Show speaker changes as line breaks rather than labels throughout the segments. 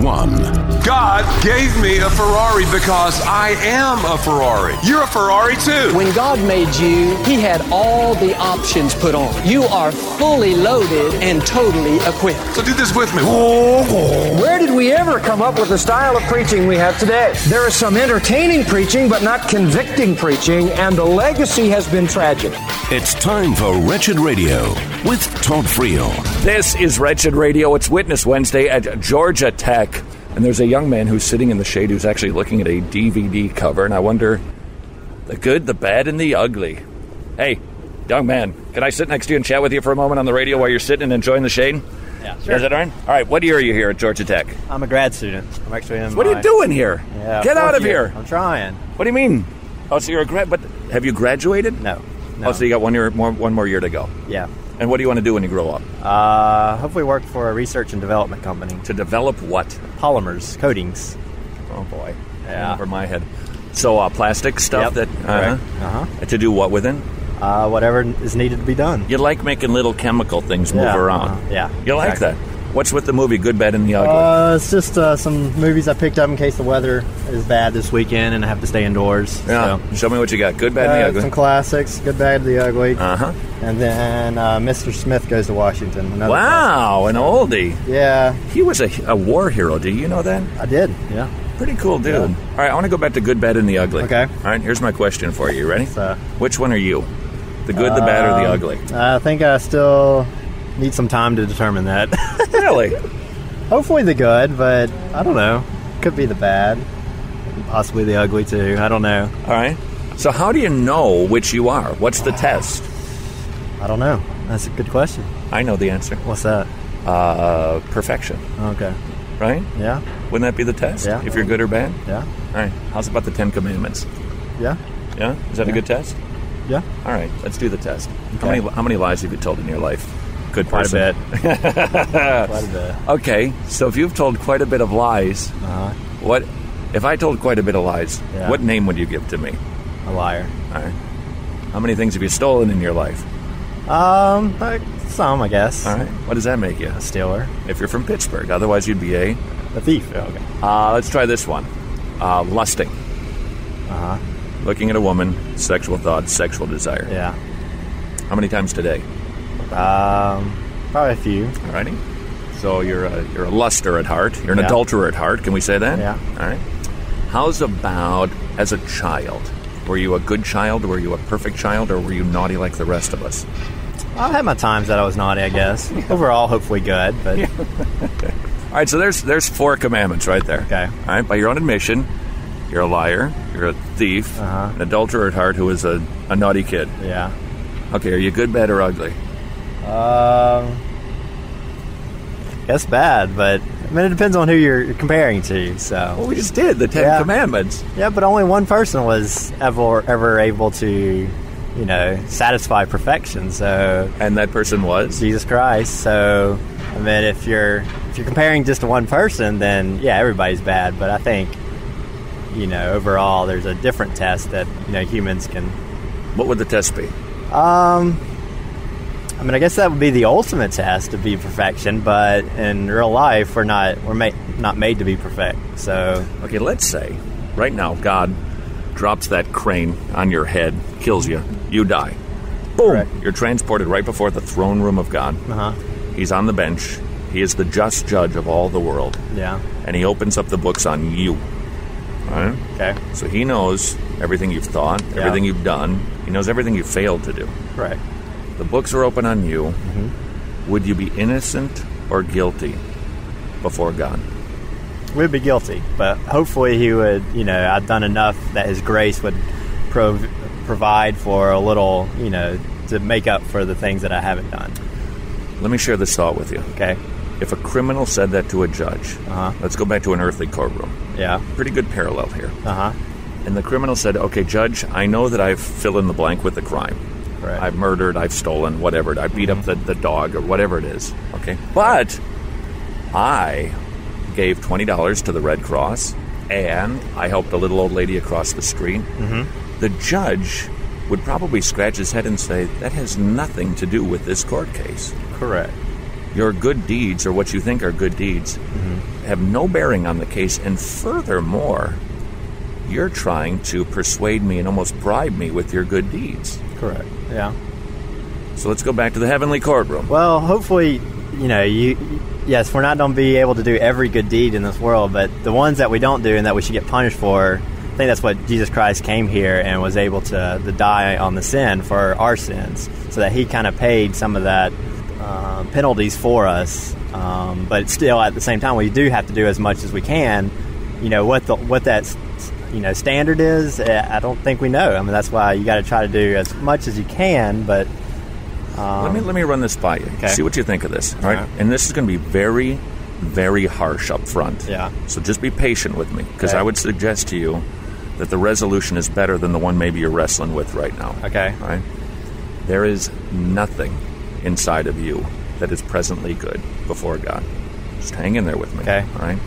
one.
God gave me a Ferrari because I am a Ferrari. You're a Ferrari too.
When God made you, He had all the options put on. You are fully loaded and totally equipped.
So do this with me.
Where did we ever come up with the style of preaching we have today? There is some entertaining preaching, but not convicting preaching, and the legacy has been tragic.
It's time for Wretched Radio with Todd Friel.
This is Wretched Radio. It's Witness Wednesday at Georgia Tech. And there's a young man who's sitting in the shade who's actually looking at a DVD cover. And I wonder the good, the bad, and the ugly. Hey, young man, can I sit next to you and chat with you for a moment on the radio while you're sitting and enjoying the shade? Yeah, sure. Is that all right? All right, what year are you here at Georgia Tech?
I'm a grad student. I'm actually in.
What are
my-
you doing here?
Yeah,
Get out
fourth
of
year.
here.
I'm trying.
What do you mean? Oh, so you're a grad, but have you graduated?
No. no.
Oh, so you got one year more, one more year to go.
yeah.
And what do you want to do when you grow up?
Uh, hopefully, work for a research and development company.
To develop what?
Polymers, coatings.
Oh boy,
Yeah.
over my head. So uh, plastic stuff
Yep.
that
Correct.
uh-huh. to do what with it?
Uh, whatever is needed to be done.
You like making little chemical things move
Yeah,
around.
uh-huh. Yeah,
you like
exactly.
that. What's with the movie Good, Bad, and the Ugly?
Uh, it's just uh, some movies I picked up in case the weather is bad this weekend and I have to stay indoors.
yeah,
So.
show me what you got. Good,
Uh,
Bad, and the
some
Ugly.
classics, Good, Bad, The Ugly.
Uh huh.
And then uh, Mr. Smith Goes to Washington. another
Wow, an oldie.
classic. Yeah,
He was a, a war hero. Do you know that?
I did. Yeah.
Pretty cool dude. All right, I want to go back to Good, Bad, and the Ugly.
Okay.
All right, here's my question for you. You ready?
uh,
Which one are you? The good, the bad,
Um.
or the ugly?
I think I still need some time to determine that.
Really?
Hopefully the good, but I don't know. Could be the bad, possibly the ugly too. I don't know.
All right. So how do you know which you are? What's the test?
I don't know. That's a good question.
I know the answer.
What's that?
Uh, perfection,
Okay.
right?
Yeah.
Wouldn't that be the test?
Yeah.
If you're good or bad?
Yeah.
All right. How's about the Ten Commandments?
Yeah.
Yeah. Is that a good test?
Yeah.
All right. Let's do the test. How
Okay.
many How many lies have you told in your life? Good
Quite a
person.
bit. Quite a bit.
Okay. So if you've told quite a bit of lies,
Uh,
what? If I told quite a bit of lies,
Yeah.
what name would you give to me?
a liar.
All right. How many things have you stolen in your life?
Um, like some, I guess.
All right. What does that make you?
A stealer.
If you're from Pittsburgh, otherwise you'd be a
A thief. okay.
Uh, let's try this one. Uh, lusting.
Uh huh.
Looking at a woman, sexual thoughts, sexual desire.
Yeah.
How many times today?
Um, probably a few.
Alrighty. So you're a, you're a luster at heart. You're an
Yeah.
adulterer at heart. Can we say that?
Yeah.
All right. How's about as a child? Were you a good child? Were you a perfect child? Or were you naughty like the rest of us?
I had my times that I was naughty, I guess. Overall, hopefully good, but
All right. So there's there's four commandments right there.
Okay.
All right. By your own admission, you're a liar. You're a thief.
Uh-huh.
An adulterer at heart who is a, a naughty kid.
yeah.
Okay. Are you good, bad, or ugly?
Um, that's bad, but I mean, it depends on who you're comparing to.
Well,
So
we just did the Ten
Yeah.
Commandments.
yeah, but only one person was ever ever able to, you know, satisfy perfection. So
And that person was?
Jesus Christ. So I mean, if you're if you're comparing just to one person, then yeah, everybody's bad. But I think, you know, overall, there's a different test that you know humans can
What would the test be?
Um, I mean, I guess that would be the ultimate test to be perfection, but in real life, we're not we're ma- not made to be perfect. So
Okay, let's say right now God drops that crane on your head, kills you, you die. Boom!
Correct.
You're transported right before the throne room of God.
Uh-huh.
He's on the bench. He is the just judge of all the world.
yeah,
And he opens up the books on you. All right?
okay,
So he knows everything you've thought, everything you've done. He knows everything you failed to do.
right.
The books are open on you. Would you be innocent or guilty before God?
We'd be guilty, but hopefully he would. You know, I've done enough that his grace would prov- provide for a little. You know, to make up for the things that I haven't done.
Let me share this thought with you.
Okay,
If a criminal said that to a judge,
Uh-huh.
let's go back to an earthly courtroom.
yeah,
Pretty good parallel here.
uh huh,
And the criminal said, Okay, judge, I know that I've fill in the blank with the crime.
Correct.
I've murdered, I've stolen, whatever. I beat up the, the dog or whatever it is. Okay. But I gave $20 to the Red Cross and I helped a little old lady across the street. Mm-hmm. The judge would probably scratch his head and say, That has nothing to do with this court case.
correct.
Your good deeds, or what you think are good deeds, have no bearing on the case. And furthermore, you're trying to persuade me and almost bribe me with your good deeds.
Correct. Yeah.
So let's go back to the heavenly courtroom.
Well, hopefully, you know, you. Yes, we're not going to be able to do every good deed in this world, but the ones that we don't do and that we should get punished for, I think that's what Jesus Christ came here and was able to, to die on the sin for our sins, so that He kind of paid some of that uh, penalties for us. Um, but still, at the same time, we do have to do as much as we can. You know what the what that you know standard is. eh, I don't think we know. I mean, that's why you got to try to do as much as you can, but.
let me let me run this by you.
Um, Okay. Uh-huh.
See what you think of this. All right.
Alright.
And this is going to be very, very harsh up front.
Yeah.
So just be patient with me, because
Okay.
I would suggest to you that the resolution is better than the one maybe you're wrestling with right now.
Okay.
All right. There is nothing inside of you that is presently good before God. Just hang in there with me.
Okay.
All right.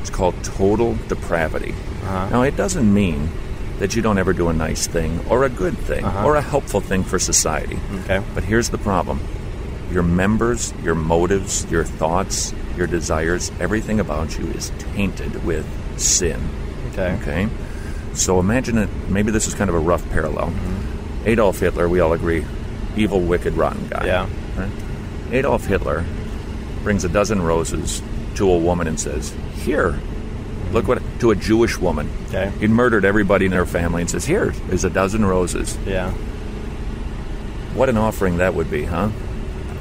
It's called total depravity.
Uh-huh.
Now, it doesn't mean that you don't ever do a nice thing or a good thing or a helpful thing for society.
Uh-huh. Okay.
But here's the problem your members, your motives, your thoughts, your desires, everything about you is tainted with sin.
Okay.
Okay? So imagine it, maybe this is kind of a rough parallel. Adolf Hitler, we all agree, evil, wicked, rotten guy.
Mm-hmm. Yeah.
Right? Adolf Hitler brings a dozen roses to a woman and says, Here, look what, to a Jewish woman.
Okay.
He'd murdered everybody in her family and says, Here is a dozen roses.
Yeah.
What an offering that would be, huh?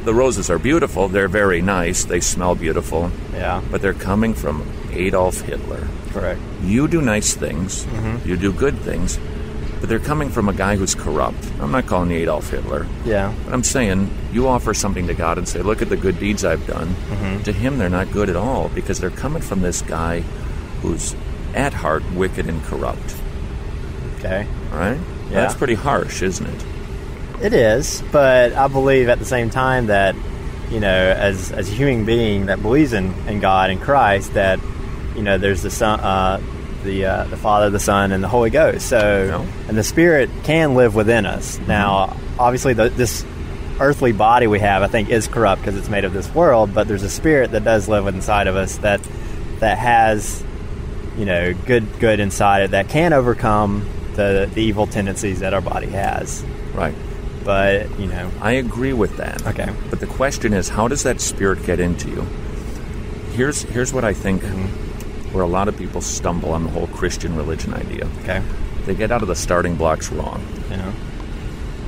The roses are beautiful, they're very nice, they smell beautiful,
Yeah.
but they're coming from Adolf Hitler.
Correct.
You do nice things,
Mm-hmm.
you do good things, but they're coming from a guy who's corrupt. I'm not calling you Adolf Hitler,
Yeah.
but I'm saying you offer something to God and say, Look at the good deeds I've done.
Mm-hmm.
To him, they're not good at all because they're coming from this guy who's at heart wicked and corrupt.
Okay.
All right?
Yeah.
That's pretty harsh, isn't it?
It is, but I believe at the same time that you know, as as a human being that believes in, in God and Christ, that you know, there's the son, uh, the uh, the Father, the Son, and the Holy Ghost. So,
No.
and the Spirit can live within us. Now, obviously, the, this earthly body we have, I think, is corrupt because it's made of this world. But there's a Spirit that does live inside of us that that has you know, good good inside it that can overcome the, the evil tendencies that our body has.
Right.
But, you know,
I agree with that.
Okay.
But the question is, how does that spirit get into you? Here's here's what I think
Mm-hmm.
where a lot of people stumble on the whole Christian religion idea.
okay.
They get out of the starting blocks wrong.
You know.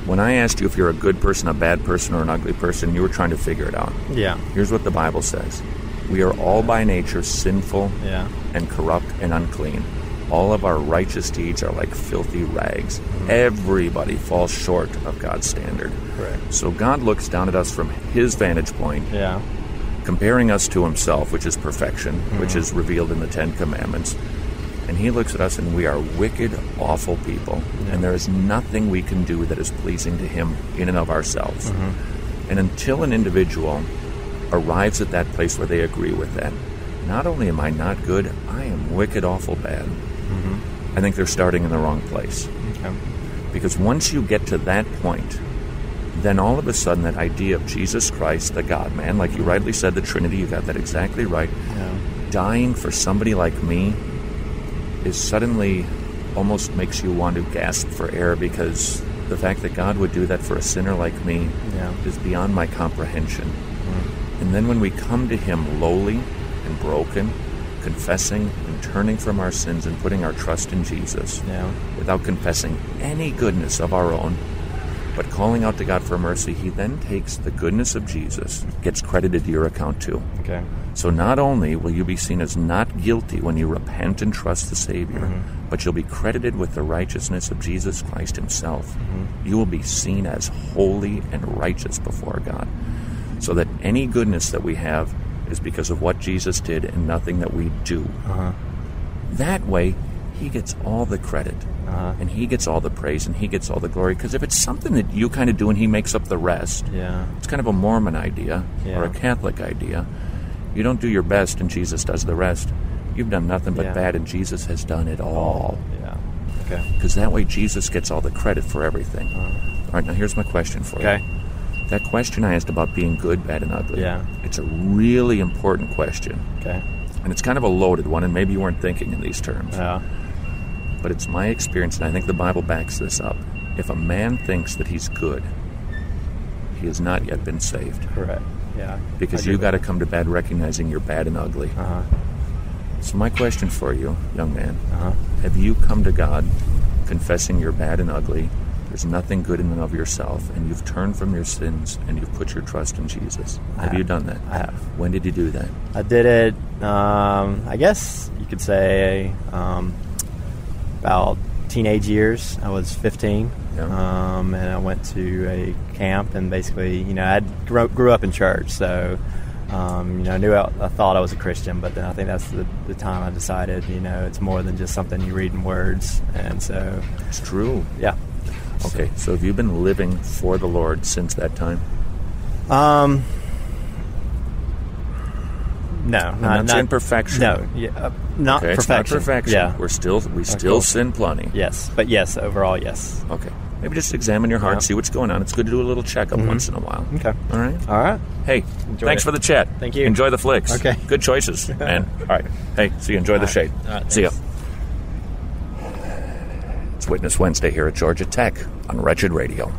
When I asked you if you're a good person, a bad person, or an ugly person, you were trying to figure it out.
Yeah.
Here's what the Bible says. We are all by nature sinful
Yeah.
and corrupt and unclean. All of our righteous deeds are like filthy rags.
Mm-hmm.
Everybody falls short of God's standard.
Correct.
So God looks down at us from his vantage point,
Yeah.
comparing us to himself, which is perfection, which is revealed in the Ten Commandments. And he looks at us and we are wicked, awful people. And there is nothing we can do that is pleasing to him in and of ourselves. And until an individual arrives at that place where they agree with that, not only am I not good, I am wicked, awful bad. I think they're starting in the wrong place.
Okay.
Because once you get to that point, then all of a sudden that idea of Jesus Christ, the God man, like you rightly said, the Trinity, you got that exactly right,
Yeah.
dying for somebody like me is suddenly almost makes you want to gasp for air because the fact that God would do that for a sinner like me
Yeah. Mm.
is beyond my comprehension. And then when we come to Him lowly and broken, confessing and turning from our sins and putting our trust in Jesus,
Yeah.
without confessing any goodness of our own, but calling out to God for mercy, He then takes the goodness of Jesus, gets credited to your account too.
Okay.
So not only will you be seen as not guilty when you repent and trust the Savior, but you'll be credited with the righteousness of Jesus Christ Himself. You will be seen as holy and righteous before God. So that any goodness that we have is because of what Jesus did and nothing that we do. That way, He gets all the credit. And he gets all the praise and he gets all the glory. Because if it's something that you kind of do and he makes up the rest,
Yeah.
it's kind of a Mormon idea
Yeah.
or a Catholic idea. You don't do your best and Jesus does the rest. You've done nothing but
Yeah.
bad and Jesus has done it all.
Yeah. Okay.
Because that way Jesus gets all the credit for everything. All right, now here's my question for
Uh-huh. Okay.
you.
That question I asked about being good, bad, and ugly.
Yeah.
It's a really important question.
Okay.
And it's kind of a loaded one, and maybe you weren't thinking in these terms.
Yeah. Uh-huh.
But it's my experience, and I think the Bible backs this up. If a man thinks that he's good, he has not yet been saved.
Correct. Yeah.
Because you got to come to bed recognizing you're bad and ugly.
Uh-huh.
So, my question for you, young man
Uh-huh.
have you come to God confessing you're bad and ugly? There's nothing good in and of yourself, and you've turned from your sins and you've put your trust in Jesus. Have you done that?
I have.
When did you do that?
I did it. Um, I guess you could say um, about teenage years. I was 15,
Yeah.
um, and I went to a camp, and basically, you know, I grew, grew up in church, so um, you know, I knew I, I thought I was a Christian, but then I think that's the, the time I decided, you know, it's more than just something you read in words, and so
It's true.
yeah.
Okay, so have you been living for the Lord since that time?
Um, no, not,
that's
not
imperfection.
No, yeah, uh, not
Okay,
perfection.
It's not perfection.
Yeah,
We're still we still
cool.
sin plenty.
Yes, but yes, overall, yes.
Okay. Maybe just examine your heart,
Yeah. Mm-hmm.
see what's going on. It's good to do a little checkup once in a while.
Okay.
All right.
All right.
Hey, thanks
it.
for the chat.
Thank you.
Enjoy the flicks.
Okay.
Good choices, man. All right. Hey, see you. Enjoy the shade.
All right,
see ya.
thanks.
It's Witness Wednesday here at Georgia Tech on Wretched Radio.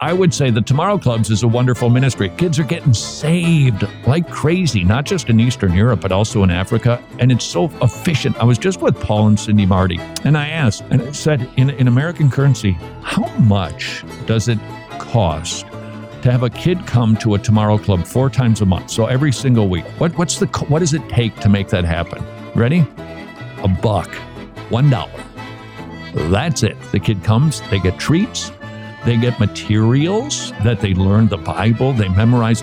I would say the Tomorrow Clubs is a wonderful ministry. Kids are getting saved like crazy, not just in Eastern Europe, but also in Africa. And it's so efficient. I was just with Paul and Cindy Marty, and I asked, and I said, in, in American currency, how much does it cost to have a kid come to a Tomorrow Club four times a month? So every single week. What, what's the, co- what does it take to make that happen? Ready? A buck, one dollar. That's it. The kid comes, they get treats, they get materials that they learn the Bible, they memorize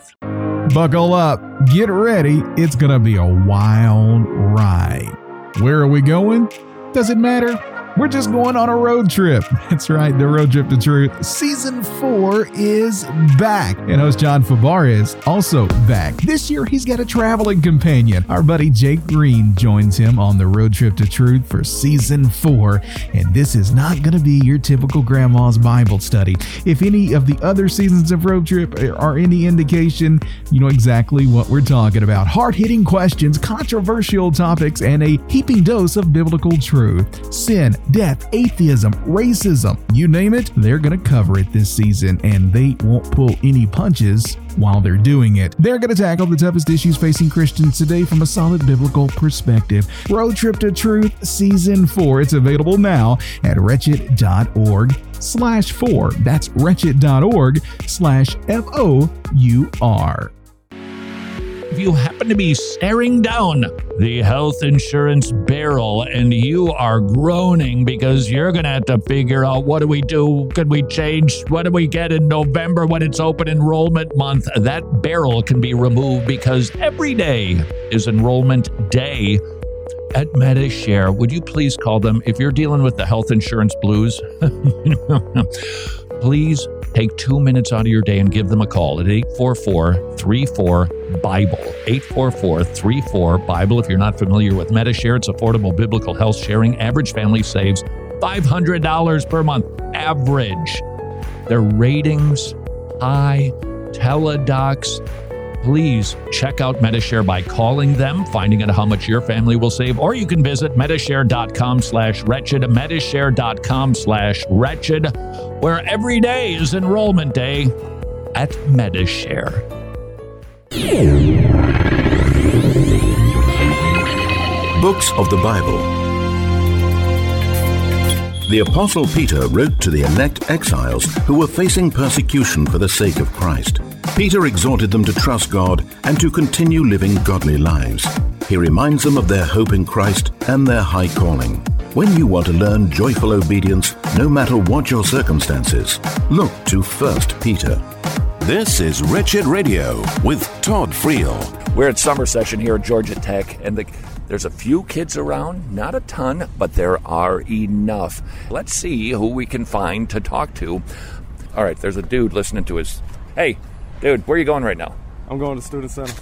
Buckle up, get ready. It's going to be a wild ride. Where are we going? Does it matter? We're just going on a road trip. That's right, the Road Trip to Truth. Season 4 is back. And host John Fabar is also back. This year, he's got a traveling companion. Our buddy Jake Green joins him on the Road Trip to Truth for Season 4. And this is not going to be your typical grandma's Bible study. If any of the other seasons of Road Trip are any indication, you know exactly what we're talking about. Hard hitting questions, controversial topics, and a heaping dose of biblical truth. Sin, death, atheism, racism, you name it, they're going to cover it this season, and they won't pull any punches while they're doing it. They're going to tackle the toughest issues facing Christians today from a solid biblical perspective. Road Trip to Truth Season 4. It's available now at wretched.org slash 4. That's wretched.org slash F-O-U-R.
If you happen to be staring down the health insurance barrel and you are groaning because you're going to have to figure out what do we do? Could we change? What do we get in November when it's open enrollment month? That barrel can be removed because every day is enrollment day at MediShare. Would you please call them if you're dealing with the health insurance blues? please take two minutes out of your day and give them a call at 844 34 Bible. 844 34 Bible. If you're not familiar with MetaShare, it's affordable biblical health sharing. Average family saves $500 per month. Average. Their ratings high. Teledocs please check out metashare by calling them finding out how much your family will save or you can visit metashare.com slash wretched metashare.com slash wretched where every day is enrollment day at metashare
Books of the Bible. The Apostle Peter wrote to the elect exiles who were facing persecution for the sake of Christ. Peter exhorted them to trust God and to continue living godly lives. He reminds them of their hope in Christ and their high calling. When you want to learn joyful obedience, no matter what your circumstances, look to 1 Peter. This is Wretched Radio with Todd Friel,
We're at summer session here at Georgia Tech, and the, there's a few kids around, not a ton, but there are enough. Let's see who we can find to talk to. All right, there's a dude listening to his. Hey, dude, where are you going right now?
I'm going to Student Center.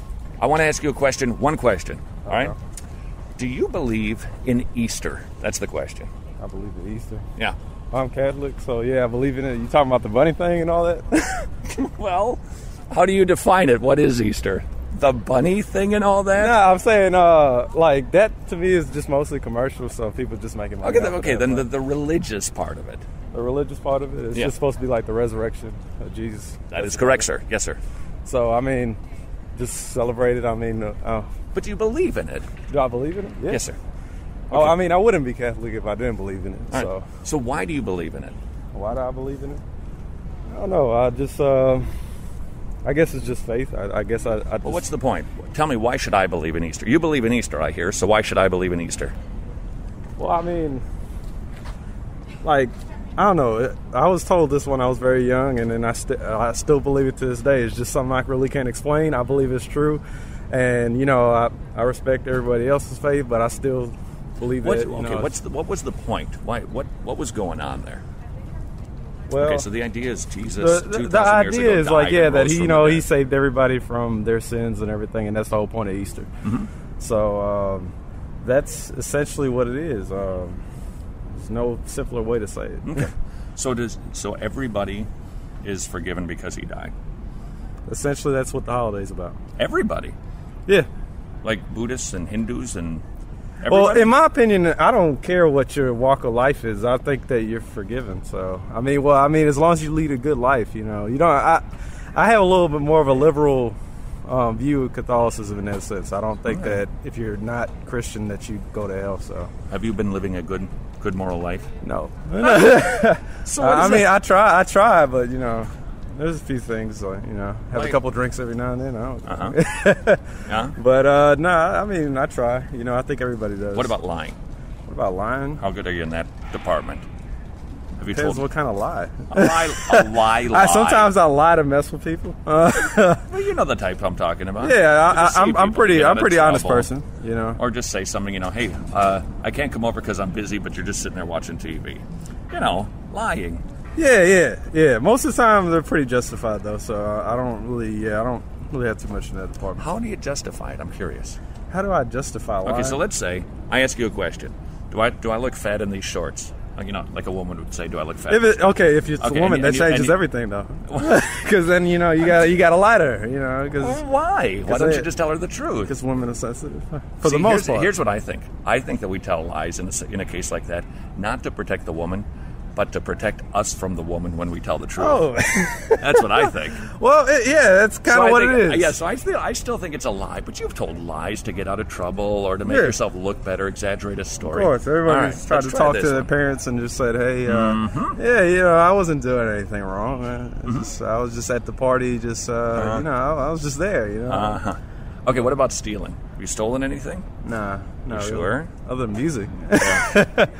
I want to ask you a question, one question. All right. Do you believe in Easter? That's the question.
I believe in Easter.
Yeah.
I'm Catholic, so yeah, I believe in it. You talking about the bunny thing and all that?
Well, how do you define it? What is Easter? The bunny thing and all that?
nah, I'm saying uh, like that to me is just mostly commercial, so people just making money.
Okay, then,
off of
okay,
that,
then
but
the, the religious part of it.
the religious part of it is
Yeah.
just supposed to be like the resurrection of Jesus.
That is correct, sir. Yes, sir.
So I mean, just celebrate it. I mean, uh, uh,
But you believe in it?
do I believe in it? Yeah.
Yes, sir.
Oh, I mean, I wouldn't be Catholic if I didn't believe in it.
All right.
so
so why do you believe in it?
Why do I believe in it? I don't know. I just, uh, I guess it's just faith. I, I guess I. I just,
Well, what's the point? Tell me, why should I believe in Easter? You believe in Easter, I hear, so why should I believe in Easter?
Well, I mean, like, I don't know. It- I was told this when I was very young, and then I, st- I still believe it to this day. It's just something I really can't explain. I believe it's true, and you know, I, I respect everybody else's faith, but I still believe
What,
that. you
okay,
know,
what's the, what was the point? Why? What? What was going on there?
well,
okay, so the idea is Jesus.
the, the,
2,000 years
the idea
ago
is like
died
yeah
and
that
rose
he
from
you
the
know
dead.
he saved everybody from their sins and everything and that's the whole point of easter
Mm-hmm.
so um, that's essentially what it is um, there's no simpler way to say it
So does so everybody is forgiven because he died.
essentially that's what the holiday's about
Everybody,
yeah
like Buddhists and Hindus and
well
everybody.
in my opinion i don't care what your walk of life is i think that you're forgiven so i mean well i mean as long as you lead a good life you know you don't i i have a little bit more of a liberal um, view of Catholicism in that sense. I don't think that if you're not Christian that you go to hell. So
Have you been living a good good moral life?
No.
So what
I
is
mean,
that-
I try, I try, but you know, there's a few things like you know, have
Like-
a couple drinks every now and then. I don't.
Uh-huh. Huh?
But uh, no, nah, I mean, I try. You know, I think everybody does.
What about lying?
what about lying?
How good are you in that department? Have you
Depends
told
what kind of lie.
a lie? A lie, lie.
I, sometimes I lie to mess with people. Uh,
Well, you know the type I'm talking about.
yeah,
You
I,
just
I,
see
I'm, I'm
people
pretty,
get
I'm
out of
pretty honest
trouble.
person. You know,
Or just say something, you know, hey, uh, I can't come over because I'm busy, but you're just sitting there watching TV. You know, lying.
Yeah, yeah, yeah. Most of the time they're pretty justified though, so I don't really, yeah, I don't really have too much in that department.
How do you justify it? I'm curious.
How do I justify lying?
Okay, so let's say I ask you a question. Do I do I look fat in these shorts? Like, you know, like a woman would say, do I look fat?
If it, okay, if it's
Okay,
a
and- and
woman, that
you- and
changes
you-
everything though. Because then you know you got to you got to lie to her, you know,
Well,
because
why? Why
Cause
don't
I-
you just tell her the truth?
because women are sensitive for
See,
the most
here's,
part.
here's what I think. I think that we tell lies in a, s- in a case like that, not to protect the woman, but to protect us from the woman when we tell the truth.
oh,
That's what I think.
well, it, yeah, that's kind
So
of
I
what
think- uh,
it is.
Yeah, so I, feel, I still think it's a lie, but you've told lies to get out of trouble or to make
Yeah.
yourself look better, exaggerate a
of
story.
course, everybody's
All right,
tried
let's
to
try
talk
this
to their
one. Mm-hmm.
parents and just said, "Hey, uh, yeah, you know, I wasn't doing anything wrong. man. It's just- I was just at the party, just uh,
Uh-huh.
you know, I, I was just there. You know,
Okay, what about stealing? Have you stolen anything?
nah, no,
you
really.
sure?
Other than music,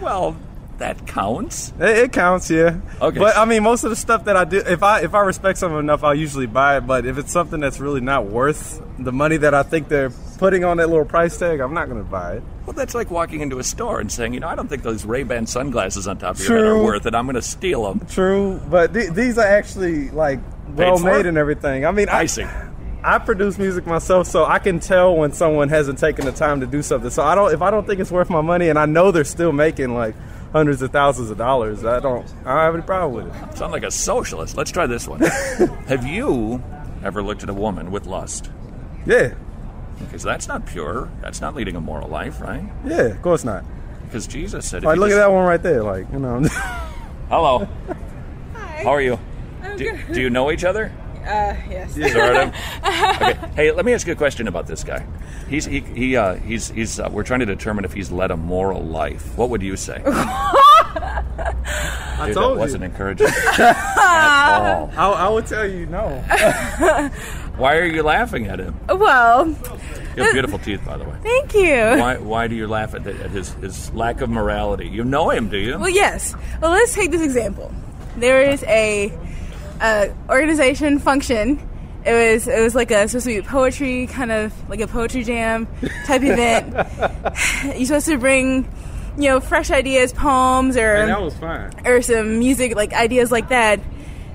Well, that counts.
It, it counts, yeah.
Okay.
But I mean, most of the stuff that I do, if I if I respect something enough, I'll usually buy it. But if it's something that's really not worth the money that I think they're putting on that little price tag, I'm not going to buy it.
Well, that's like walking into a store and saying, you know, I don't think those Ray-Ban sunglasses on top of your head are
True.
worth it. I'm going to steal them.
True, but th- these are actually like well
for?
made and everything. I mean, I,
I see.
I produce music myself, so I can tell when someone hasn't taken the time to do something. So I don't if I don't think it's worth my money, and I know they're still making like hundreds of thousands of dollars. I don't. I don't have any problem with it.
Sound like a socialist. Let's try this one. Have you ever looked at a woman with lust?
Yeah,
Because that's not pure. That's not leading a moral life, right?
yeah. Of course not.
Because Jesus said, if
Like
you
look at
just-
that one right there. Like you know.
Hello. Hi. How are you? do, do you know each other?
Uh, Yes.
Sort of. Okay. Hey, let me ask you a question about this guy. He's he, he uh, he's he's uh, we're trying to determine if he's led a moral life. What would you say?
I
Dude,
told
that
you.
wasn't encouraging at all.
I, I would tell you no.
Why are you laughing at him?
Well,
You have beautiful teeth, by the way.
thank you.
Why why do you laugh at, at his his lack of morality? You know him, do you?
Well, yes. Well, let's take this example. There is a, a organization function It was it was like a supposed to be poetry kind of like a poetry jam type event. You're supposed to bring, you know, fresh ideas, poems, or
And that was fine.
or some music like ideas like that.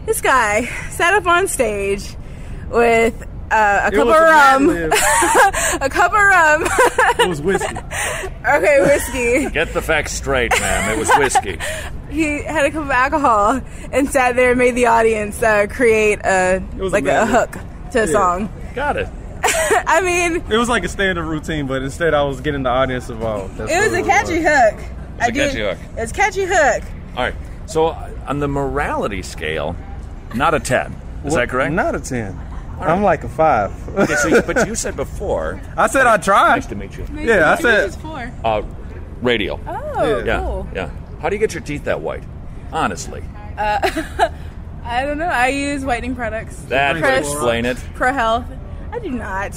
This guy sat up on stage with uh, a
It
cup of
was
rum,
ad-lib.
a cup of rum,
It was whiskey.
okay, whiskey.
Get the facts straight, ma'am. It was whiskey.
he had a cup of alcohol and sat there and made the audience uh, create a
was
like a,
amazing.
hook to a
Yeah.
song.
Got it.
I mean,
It was like a standard routine, but instead I was getting the audience involved. That's
it was
what
a catchy hook. I
a catchy hook.
It was a catchy hook.
All right. So uh, on the morality scale, not a ten. Is that correct?
Not a ten. I'm like a five.
Okay, so you- but you said before.
I said I tried.
Nice to meet you.
Yeah, I said
Uh, radio.
Oh,
yeah.
cool.
Yeah. How do you get your teeth that white? Honestly,
I don't know. I use whitening products.
that would
Chris.
explain it.
Pro health. I do not.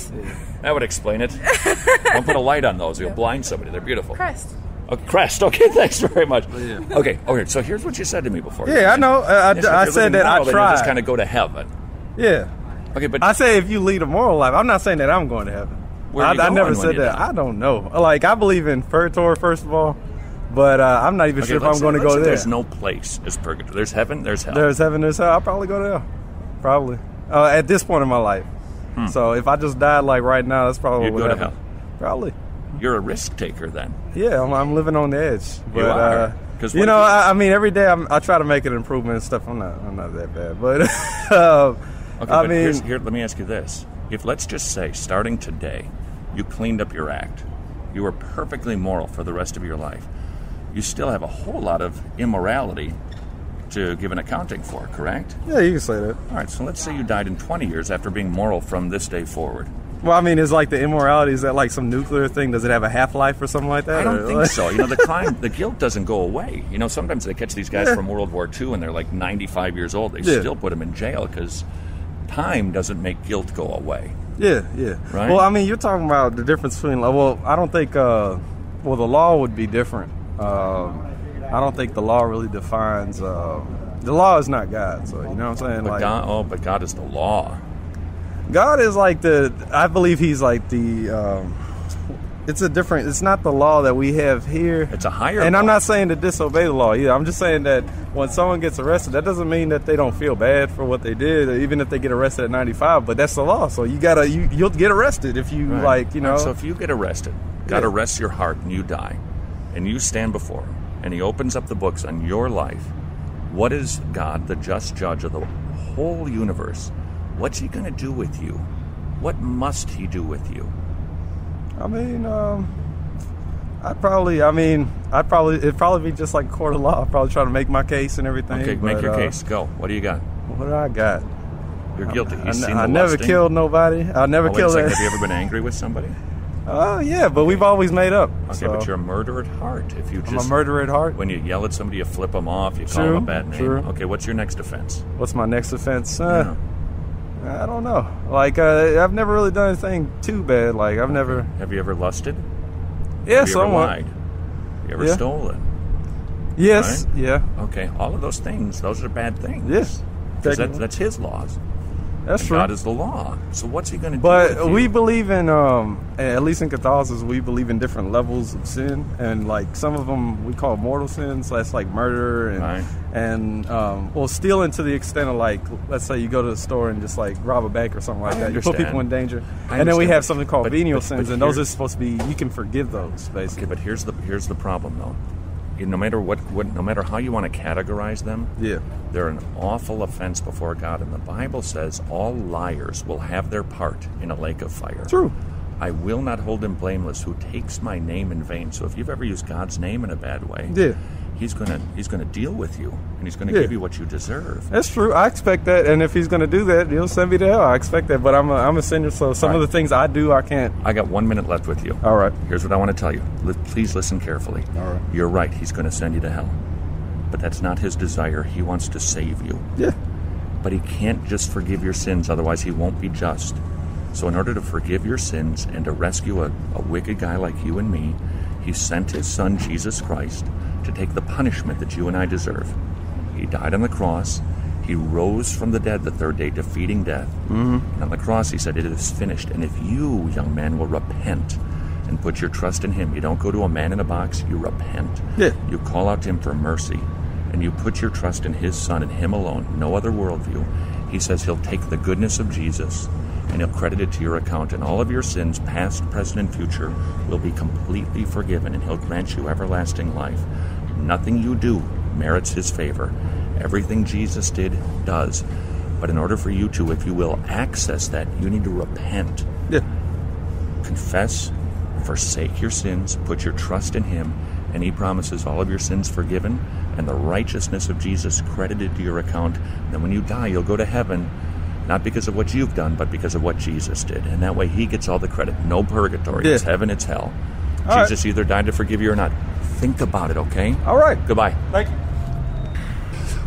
That would explain it. Don't put a light on those; you'll blind somebody. They're beautiful.
Crest.
Oh, crest. Okay, thanks very much. Okay. Okay. So here's what you said to me before.
Oh, Yeah, I know. I, I-
Yes, if
I
you're
said
living
that
moral,
I
then you just
tried.
kind of go to heaven.
yeah.
Okay, but
I say if you lead a moral life, I'm not saying that I'm going to heaven.
Where are
I,
you
I
going
never
when
said
you're
that.
done?
I don't know. Like I believe in purgatory first of all, but uh, I'm not even
okay,
sure if
let's
I'm
say-
going to
let's
go
say
there.
There's no place. It's purgatory. There's heaven. There's hell.
There's heaven, there's hell. I'll probably go to hell. Probably. Uh, at this point in my life. So if I just died like right now, that's probably
Hmm. You'd
what
go
would
to
happen. Probably.
You're a risk taker then.
Yeah, I'm, I'm living on the edge. But,
are.
Uh,
'Cause
you
what
know,
if you-
I, I mean, every day I'm, I try to make an improvement and stuff. I'm not, I'm not that bad, but uh,
Okay,
I
but
mean,
here's, here, let me ask you this: If let's just say, starting today, you cleaned up your act, you were perfectly moral for the rest of your life, you still have a whole lot of immorality to give an accounting for, correct?
yeah, you can say that.
All right. So let's say you died in 20 years after being moral from this day forward.
Well, I mean, is like the immorality is that like some nuclear thing? Does it have a half life or something like that?
I
Or,
don't think
like-
so. You know, the crime, the guilt doesn't go away. You know, sometimes they catch these guys from World War II and they're like 95 years old. They
Yeah.
still put them in jail because time doesn't make guilt go away.
Yeah, yeah.
Right?
Well, I mean, you're talking about the difference between. like, Well, I don't think. Uh, well, the law would be different. Um, I don't think the law really defines. Uh, the law is not God, so you know what I'm saying.
But
Like
God, oh, but God is the law.
God is like the. I believe He's like the. Um, it's a different. It's not the law that we have here.
It's a higher
And I'm
law.
not saying to disobey the law either. I'm just saying that when someone gets arrested, that doesn't mean that they don't feel bad for what they did, even if they get arrested at 95. But that's the law, so you gotta you you'll get arrested if you like you know.
So if you get arrested, God
Yeah.
arrests your heart and you die, and you stand before Him, and He opens up the books on your life, what is God, the just judge of the whole universe, what's He going to do with you? What must He do with you?
I mean, um, I probably. I mean, I probably it'd probably be just like court of law. I'd probably try to make my case and everything.
Okay, make
but,
your
uh,
case. Go. What do you got?
What do I got?
You're guilty.
I,
He's
ne-
seen
I
the
never
lusting.
killed nobody. I never
Oh, wait a
killed.
second.
that.
Have you ever been angry with somebody? Okay,
Oh yeah, but we've always made up. so.
but you're a murderer at heart. If you just
I'm a murderer at heart.
When you yell at somebody, you flip them off. You call
True,
them a bad name.
true.
Okay, what's your next offense?
What's my next offense? Uh, I don't know. Like uh, I've never really done anything too bad. Like I've never.
Have you ever lusted?
Yeah,
Have you ever
somewhat.
lied? You ever
Yeah.
stolen?
Yes.
Right?
Yeah.
Okay, all of those things, those are bad things.
Yes.
'Cause that,
Technically.
that's his laws.
That's
And
true.
God is the law. So what's he going to do? with
But
you?
we believe in, um, at least in Catholicism, we believe in different levels of sin, and like some of them we call mortal sins. That's like murder and
Right.
and um, well, stealing to the extent of like, let's say you go to the store and just like rob a bank or something like
I
that. You
understand.
put people in danger,
I
and then we
understand,
have
but-
something called
but-
venial
but-
sins,
but
and those
here-
are supposed to be you can forgive those
Okay,
basically.
but here's the here's the problem though. You- No matter what, what no matter how you want to categorize them,
Yeah.
they're an awful offense before God, and the Bible says all liars will have their part in a lake of fire.
True.
I will not hold him blameless who takes my name in vain. So if you've ever used God's name in a bad way,
Yeah.
he's gonna he's gonna deal with you, and he's gonna
Yeah.
give you what you deserve.
That's true. I expect that, and if he's going to do that, he'll send me to hell. I expect that, but I'm a, I'm a sinner, so some
All
of
right.
the things I do, I can't.
I got one minute left with you.
All right.
Here's what I want to tell you. Li- Please listen carefully. All right. You're right. He's going to send you to hell, but that's not his desire. He wants to save you.
Yeah.
But he can't just forgive your sins, otherwise, he won't be just. So, in order to forgive your sins and to rescue a, a wicked guy like you and me, he sent his son, Jesus Christ, to take the punishment that you and I deserve. He died on the cross, He rose from the dead the third day, defeating death. Mm-hmm. And on the cross, he said, It is finished. And if you, young man, will repent and put your trust in him, you don't go to a man in a box, you repent.
Yeah.
You call out to him for mercy, and you put your trust in his son and him alone, no other worldview. He says he'll take the goodness of Jesus and he'll credit it to your account, and all of your sins, past, present, and future, will be completely forgiven, and he'll grant you everlasting life. Nothing you do merits his favor. Everything Jesus did does. But in order for you to, if you will, access that, you need to repent
Yeah.
confess, forsake your sins, put your trust in Him, and He promises all of your sins forgiven and the righteousness of Jesus credited to your account. Then when you die, you'll go to heaven, not because of what you've done, but because of what Jesus did. And that way, He gets all the credit. No purgatory.
Yeah.
It's heaven, it's hell.
All
Jesus either died to forgive you or not. Think about it, okay?
All right.
Goodbye.
Thank you.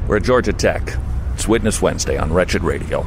We're at Georgia Tech. It's Witness Wednesday on Wretched Radio.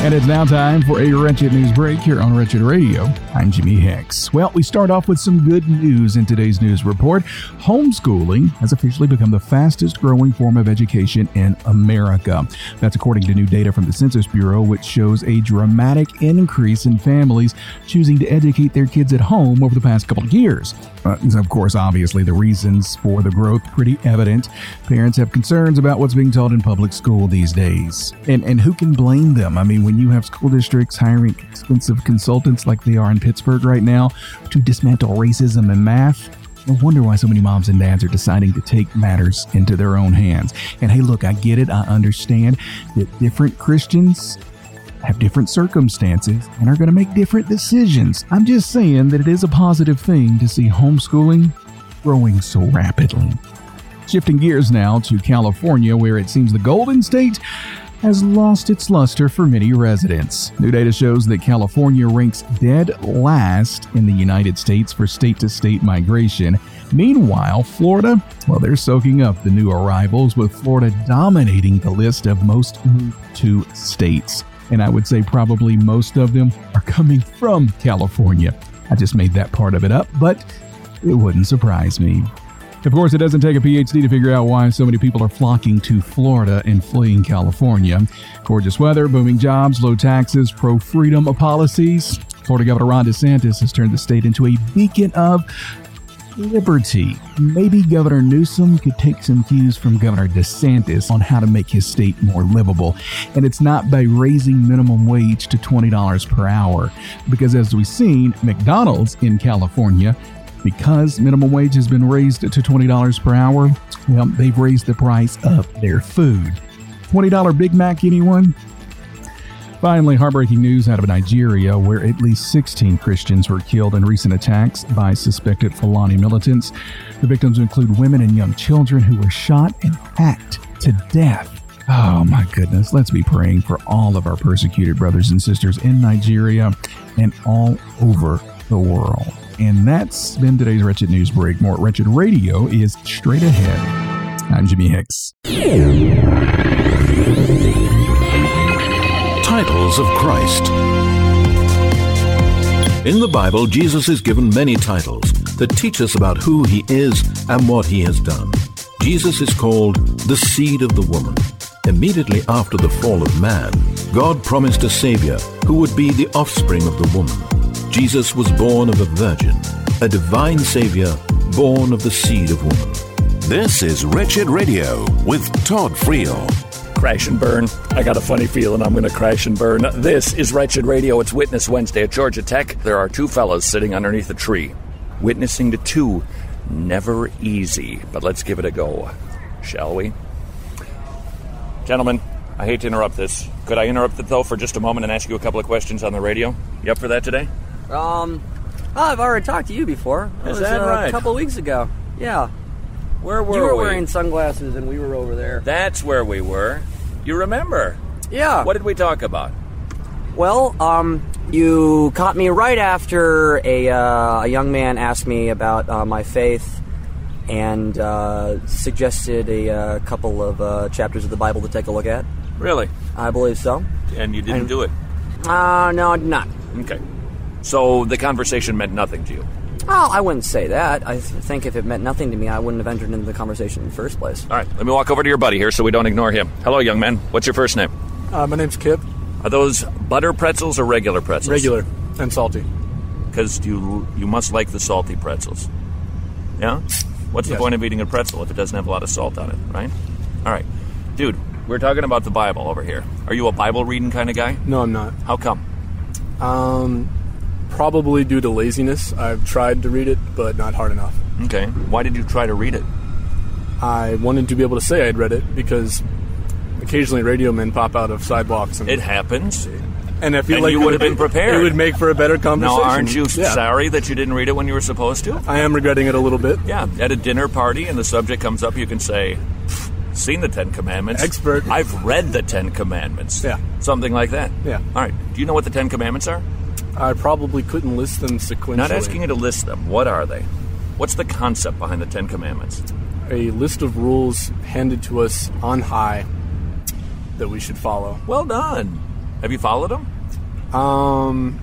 And it's now time for a Wretched News Break here on Wretched Radio. I'm Jimmy Hicks. Well, we start off with some good news in today's news report. Homeschooling has officially become the fastest growing form of education in America. That's according to new data from the Census Bureau, which shows a dramatic increase in families choosing to educate their kids at home over the past couple of years. Uh, and of course, obviously, the reasons for the growth pretty evident. Parents have concerns about what's being taught in public school these days, and and who can blame them? I mean, when you have school districts hiring expensive consultants like they are in Pittsburgh right now to dismantle racism and math. No wonder why so many moms and dads are deciding to take matters into their own hands. And hey, look, I get it. I understand that different Christians have different circumstances and are going to make different decisions. I'm just saying that it is a positive thing to see homeschooling growing so rapidly. Shifting gears now to California, where it seems the Golden State has lost its luster for many residents. New data shows that California ranks dead last in the United States for state to state migration. Meanwhile, Florida, well, they're soaking up the new arrivals, with Florida dominating the list of most moved to states. And I would say probably most of them are coming from California. I just made that part of it up, but it wouldn't surprise me. Of course, it doesn't take a PhD to figure out why so many people are flocking to Florida and fleeing California. Gorgeous weather, booming jobs, low taxes, pro freedom policies. Florida Governor Ron DeSantis has turned the state into a beacon of liberty. Maybe Governor Newsom could take some cues from Governor DeSantis on how to make his state more livable. And it's not by raising minimum wage to $20 per hour, because as we've seen, McDonald's in California, because minimum wage has been raised to $20 per hour, well, they've raised the price of their food. $20 Big Mac, anyone? Finally, heartbreaking news out of Nigeria, where at least 16 Christians were killed in recent attacks by suspected Fulani militants. The victims include women and young children who were shot and hacked to death. Oh my goodness, let's be praying for all of our persecuted brothers and sisters in Nigeria and all over the world. And that's been today's Wretched News Break. More Wretched Radio is straight ahead. I'm Jimmy Hicks.
Titles of Christ. In the Bible, Jesus is given many titles that teach us about who he is and what he has done. Jesus is called the seed of the woman. Immediately after the fall of man, God promised a savior who would be the offspring of the woman. Jesus was born of a virgin, a divine savior born of the seed of woman. This is Wretched Radio with Todd Friel.
Crash and burn. I got a funny feeling I'm going to crash and burn. This is Wretched Radio. It's Witness Wednesday at Georgia Tech. There are two fellas sitting underneath a tree, witnessing to two. Never easy, but let's give it a go, shall we? Gentlemen, I hate to interrupt this. Could I interrupt it though for just a moment and ask you a couple of questions on the radio? You up for that today?
Um, oh, I've already talked to you before. That
Is
was
that
uh,
right?
a couple weeks ago. Yeah,
Where were
you were
we?
wearing sunglasses and we were over there.
That's where we were. You remember?
Yeah.
What did we talk about?
Well, um, you caught me right after a uh, a young man asked me about uh, my faith and uh, suggested a uh, couple of uh, chapters of the Bible to take a look at.
Really?
I believe so.
And you didn't do it.
Uh, no, I did not.
Okay. So the conversation meant nothing to you.
Oh, I wouldn't say that. I th- think if it meant nothing to me, I wouldn't have entered into the conversation in the first place.
All right, let me walk over to your buddy here so we don't ignore him. Hello, young man. What's your first name?
Uh, my name's Kip.
Are those butter pretzels or regular pretzels?
Regular and salty.
Because you you must like the salty pretzels. Yeah. What's the
Yes.
point of eating a pretzel if it doesn't have a lot of salt on it, right? All right, dude. We're talking about the Bible over here. Are you a Bible reading kind of guy?
No, I'm not.
How come?
Um, probably due to laziness. I've tried to read it, but not hard enough.
Okay. Why did you try to read it?
I wanted to be able to say I'd read it because occasionally radio men pop out of sidewalks. And,
It happens.
and I feel
and
like
you
it
would have been prepared.
It would make for a better conversation.
Now, aren't you
Yeah.
sorry that you didn't read it when you were supposed to?
I am regretting it a little bit.
Yeah, at a dinner party and the subject comes up, you can say, "Pfft, "Seen the Ten Commandments?
Expert.
I've read the Ten Commandments.
Yeah.
something like that.
Yeah.
All right. Do you know what the Ten Commandments are?
I probably couldn't list them sequentially.
Not asking you to list them. What are they? What's the concept behind the Ten Commandments?
a list of rules handed to us on high that we should follow.
Well done. Have you followed them?
Um,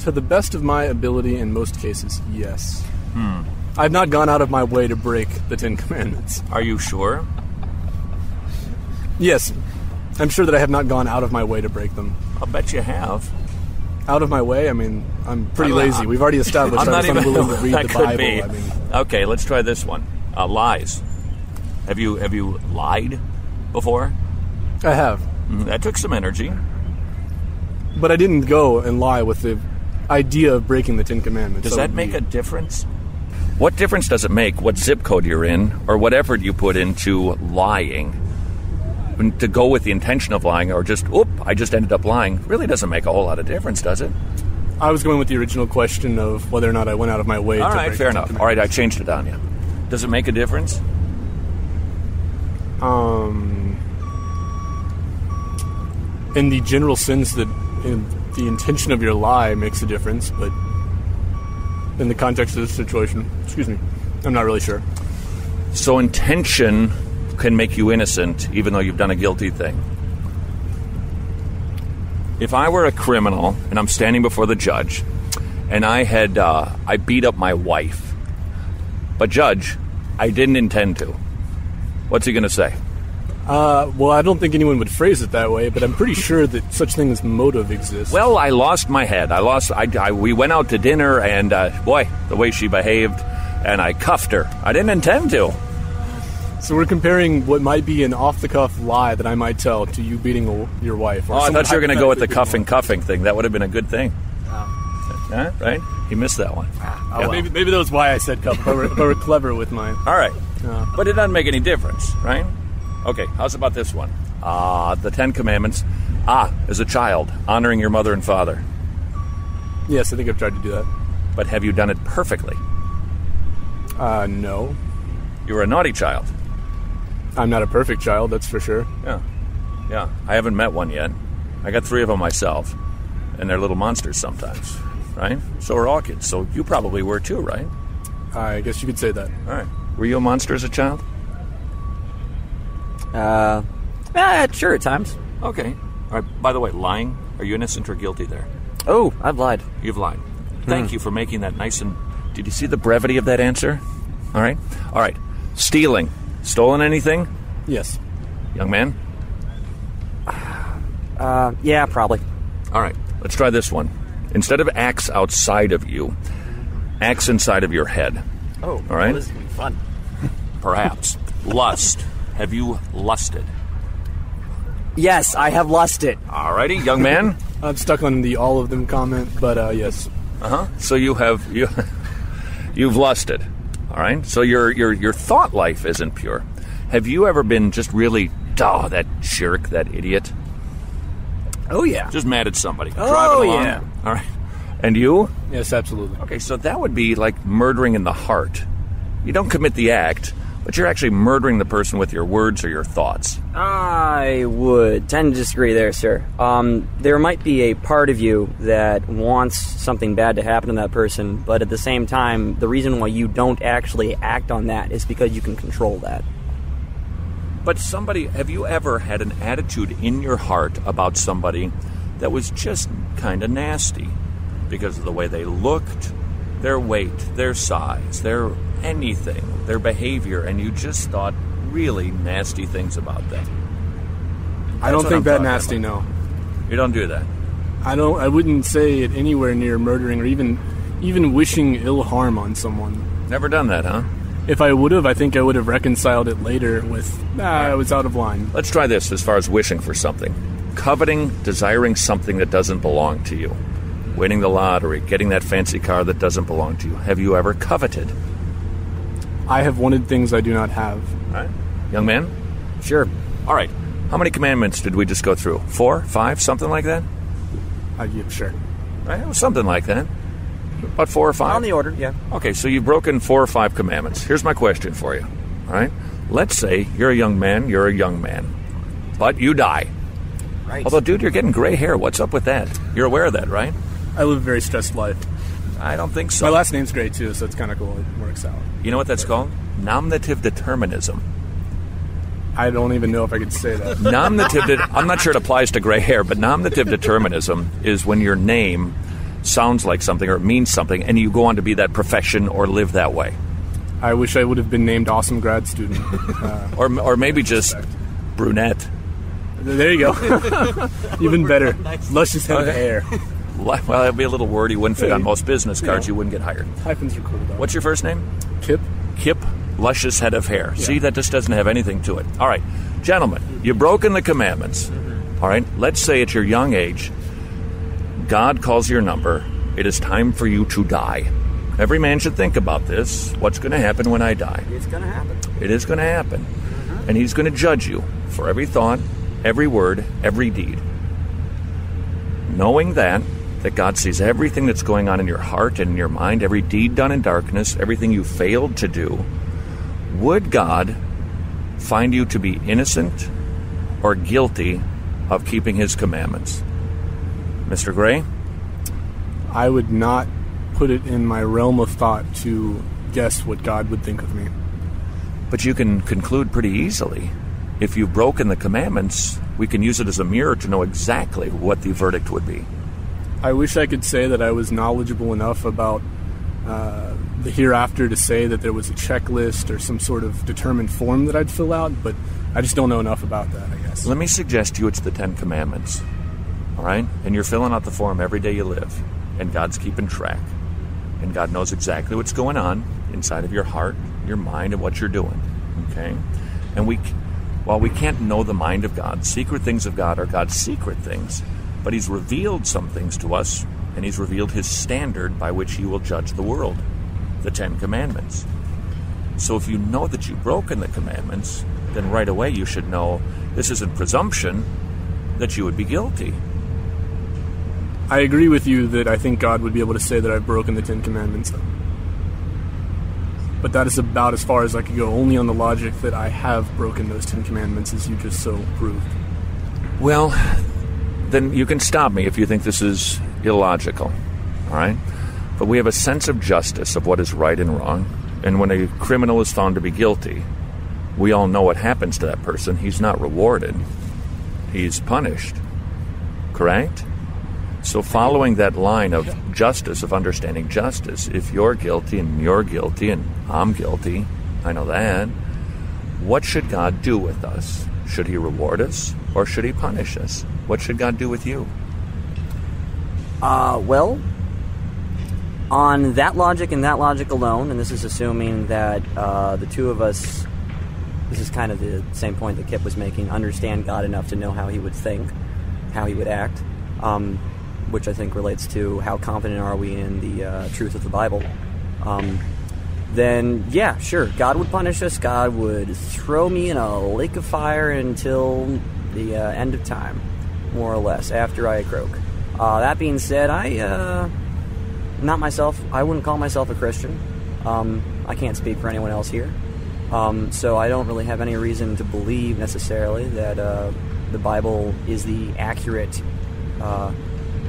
to the best of my ability, in most cases, yes.
Hmm.
I've not gone out of my way to break the Ten Commandments.
Are you sure?
Yes, I'm sure that I have not gone out of my way to break them.
I'll bet you have.
Out of my way, I mean, I'm pretty
I'm not-
lazy. We've already established I was unwilling to read
that
the
could
Bible.
be.
I mean,
Okay, let's try this one. Uh, lies. Have you have you lied before?
I have,
Mm, That took some energy.
but I didn't go and lie with the idea of breaking the Ten Commandments.
Does that
would
make
be-
a difference? What difference does it make what zip code you're in or what effort you put into lying? And to go with the intention of lying or just, oop, I just ended up lying, really doesn't make a whole lot of difference, does it?
I was going with the original question of whether or not I went out of my way.
All
to
right,
break
fair
the
enough.
Ten
All right, I changed it on you. Does it make a difference?
Um, in the general sense that in the intention of your lie makes a difference, but in the context of this situation, excuse me, I'm not really sure.
So intention can make you innocent even though you've done a guilty thing. If I were a criminal and I'm standing before the judge and I had uh, I beat up my wife. But judge, I didn't intend to. What's he going to say?
Uh, well, I don't think anyone would phrase it that way, but I'm pretty sure that such thing as motive exists.
Well, I lost my head. I lost. I, I- we went out to dinner, and uh, boy, the way she behaved, and I cuffed her. I didn't intend to.
so we're comparing what might be an off-the-cuff lie that I might tell to you beating a, your wife. Or
Oh, I
someone
thought you were going to go with the
hypothetically
cuffing, cuffing thing. That would have been a good thing. Huh? Right? You missed that one.
beating your wife. Maybe, maybe that was why I said cuff, but we're, but we're clever with mine.
All right.
Yeah.
But it doesn't make any difference, right? Okay, how's about this one? Ah, the Ten Commandments. Ah, as a child, honoring your mother and father.
Yes, I think I've tried to do that.
But have you done it perfectly?
Uh, no,
You were a naughty child.
I'm not a perfect child, that's for sure.
Yeah. Yeah. I haven't met one yet. I got three of them myself, and they're little monsters sometimes, right? So are all kids. So you probably were too, right?
I guess you could say that.
All right. Were you a monster as a child?
Uh, eh, sure, at times.
Okay. All right. By the way, lying. Are you innocent or guilty there?
Oh, I've lied. Hmm.
You've lied. Thank you for making that nice and. Did you see the brevity of that answer? All right. All right. Stealing. Stolen anything?
Yes.
Young man?
Uh, yeah, probably.
All right. Let's try this one. Instead of acts outside of you, acts inside of your head.
Oh,
All right.
this is gonna be fun.
Perhaps. Lust. Have you lusted?
Yes, I have lost it.
All righty, young man.
I'm stuck on the all of them comment, but uh, yes.
Uh huh. So you have you you've lusted. All right. So your your your thought life isn't pure. Have you ever been just really, duh, that jerk, that idiot?
Oh, yeah.
Just mad at somebody. driving along.
yeah.
All right. And you?
Yes, absolutely.
Okay, so that would be like murdering in the heart. You don't commit the act, but you're actually murdering the person with your words or your thoughts.
I would tend to disagree there, sir. Um, there might be a part of you that wants something bad to happen to that person, but at the same time, the reason why you don't actually act on that is because you can control that.
But somebody, have you ever had an attitude in your heart about somebody that was just kind of nasty because of the way they looked their weight, their size, their anything, their behavior, and you just thought really nasty things about them.
I don't
That's what
think
I'm
that
talking
nasty.
about. You don't do that.
No, I don't. I wouldn't say it anywhere near murdering or even even wishing ill harm on someone.
Never done that, huh?
If I would have, I think I would have reconciled it later with nah, I was out of line.
Let's try this as far as wishing for something. Coveting, desiring something that doesn't belong to you. Winning the lottery, getting that fancy car that doesn't belong to you. Have you ever coveted?
I have wanted things I do not have.
All right. Young man?
Sure.
All right. How many commandments did we just go through? Four? Five? Something like that?
Uh, yeah, sure.
Right? Eh, It was something like that. About four or five?
On the order, yeah.
Okay, so you've broken four or five commandments. Here's my question for you. All right? Let's say you're a young man, you're a young man, but you die.
Right.
Although, dude, you're getting gray hair. What's up with that? You're aware of that, right?
I live a very stressed life.
I don't think so.
My last name's great too, so it's kind of cool. It works out.
You know what that's called? Nominative determinism.
I don't even know if I could say that.
Nominative. de- I'm not sure it applies to gray hair, but nominative determinism is when your name sounds like something or it means something, and you go on to be that profession or live that way,
I wish I would have been named awesome grad student. Uh,
or or maybe just brunette.
there you go. even better. Luscious head of
Okay.
hair.
Well, that'd be a little wordy. Wouldn't fit on
Hey.
most business cards.
Yeah.
You wouldn't get hired.
Hyphens are cool though.
What's your first name?
Kip?
Kip, luscious head of hair. See, that just doesn't have anything to it. All right, gentlemen, you've broken the commandments. All right, let's say at your young age, God calls your number. It is time for you to die. Every man should think about this. What's going to happen when I die?
It's going to happen.
It is going to happen. And He's going to judge you for every thought, every word, every deed. Knowing that, that God sees everything that's going on in your heart and in your mind, every deed done in darkness, everything you failed to do, would God find you to be innocent or guilty of keeping His commandments? Mr. Gray?
I would not put it in my realm of thought to guess what God would think of me.
But you can conclude pretty easily. If you've broken the commandments, we can use it as a mirror to know exactly what the verdict would be.
I wish I could say that I was knowledgeable enough about uh, the hereafter to say that there was a checklist or some sort of determined form that I'd fill out, but I just don't know enough about that, I guess.
Let me suggest to you it's the Ten Commandments. All right? And you're filling out the form every day you live. And God's keeping track. And God knows exactly what's going on inside of your heart, your mind, and what you're doing. Okay? And we, c- while we can't know the mind of God, secret things of God are God's secret things. But He's revealed some things to us, and He's revealed His standard by which He will judge the world the Ten Commandments. So if you know that you've broken the commandments, then right away you should know this isn't presumption that you would be guilty.
I agree with you that I think God would be able to say that I've broken the Ten Commandments. But that is about as far as I could go, only on the logic that I have broken those Ten Commandments, as you just so proved.
Well, then you can stop me if you think this is illogical. All right? But we have a sense of justice of what is right and wrong. And when a criminal is found to be guilty, we all know what happens to that person. He's not rewarded, he's punished. Correct? So, following that line of justice, of understanding justice, if you're guilty and you're guilty and I'm guilty, I know that, what should God do with us? Should He reward us or should He punish us? What should God do with you?
Uh, well, on that logic and that logic alone, and this is assuming that uh, the two of us, this is kind of the same point that Kip was making, understand God enough to know how he would think, how he would act, um, which I think relates to how confident are we in the uh, truth of the Bible. Um, then, yeah, sure, God would punish us. God would throw me in a lake of fire until the uh, end of time, more or less, after I croak. Uh, that being said, I, uh, not myself, I wouldn't call myself a Christian. Um, I can't speak for anyone else here. Um, so I don't really have any reason to believe necessarily that uh, the Bible is the accurate uh,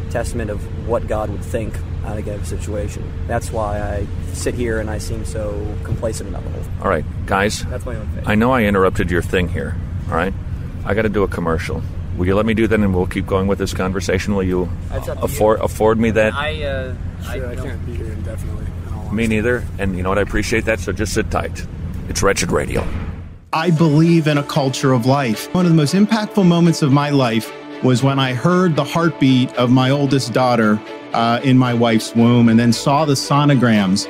testament of what God would think out of a situation. That's why I sit here and I seem so complacent about the whole thing.
All right, guys.
That's my own thing.
I know I interrupted your thing here. All right, I got to do a commercial. Will you let me do that, and we'll keep going with this conversation? Will you
That's up to you.
afford afford me that?
I, uh, sure, I, can't be here indefinitely.
Me neither. And you know what? I appreciate that. So just sit tight. It's Wretched Radio.
I believe in a culture of life. One of the most impactful moments of my life was when I heard the heartbeat of my oldest daughter uh, in my wife's womb and then saw the sonograms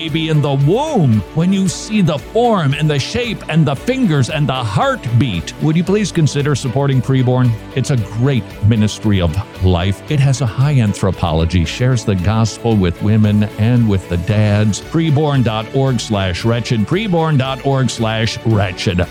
in the womb. When you see the form and the shape and the fingers and the heartbeat, would you please consider supporting Preborn? It's a great ministry of life. It has a high anthropology, shares the gospel with women and with the dads. Preborn.org slash wretched, preborn.org slash wretched.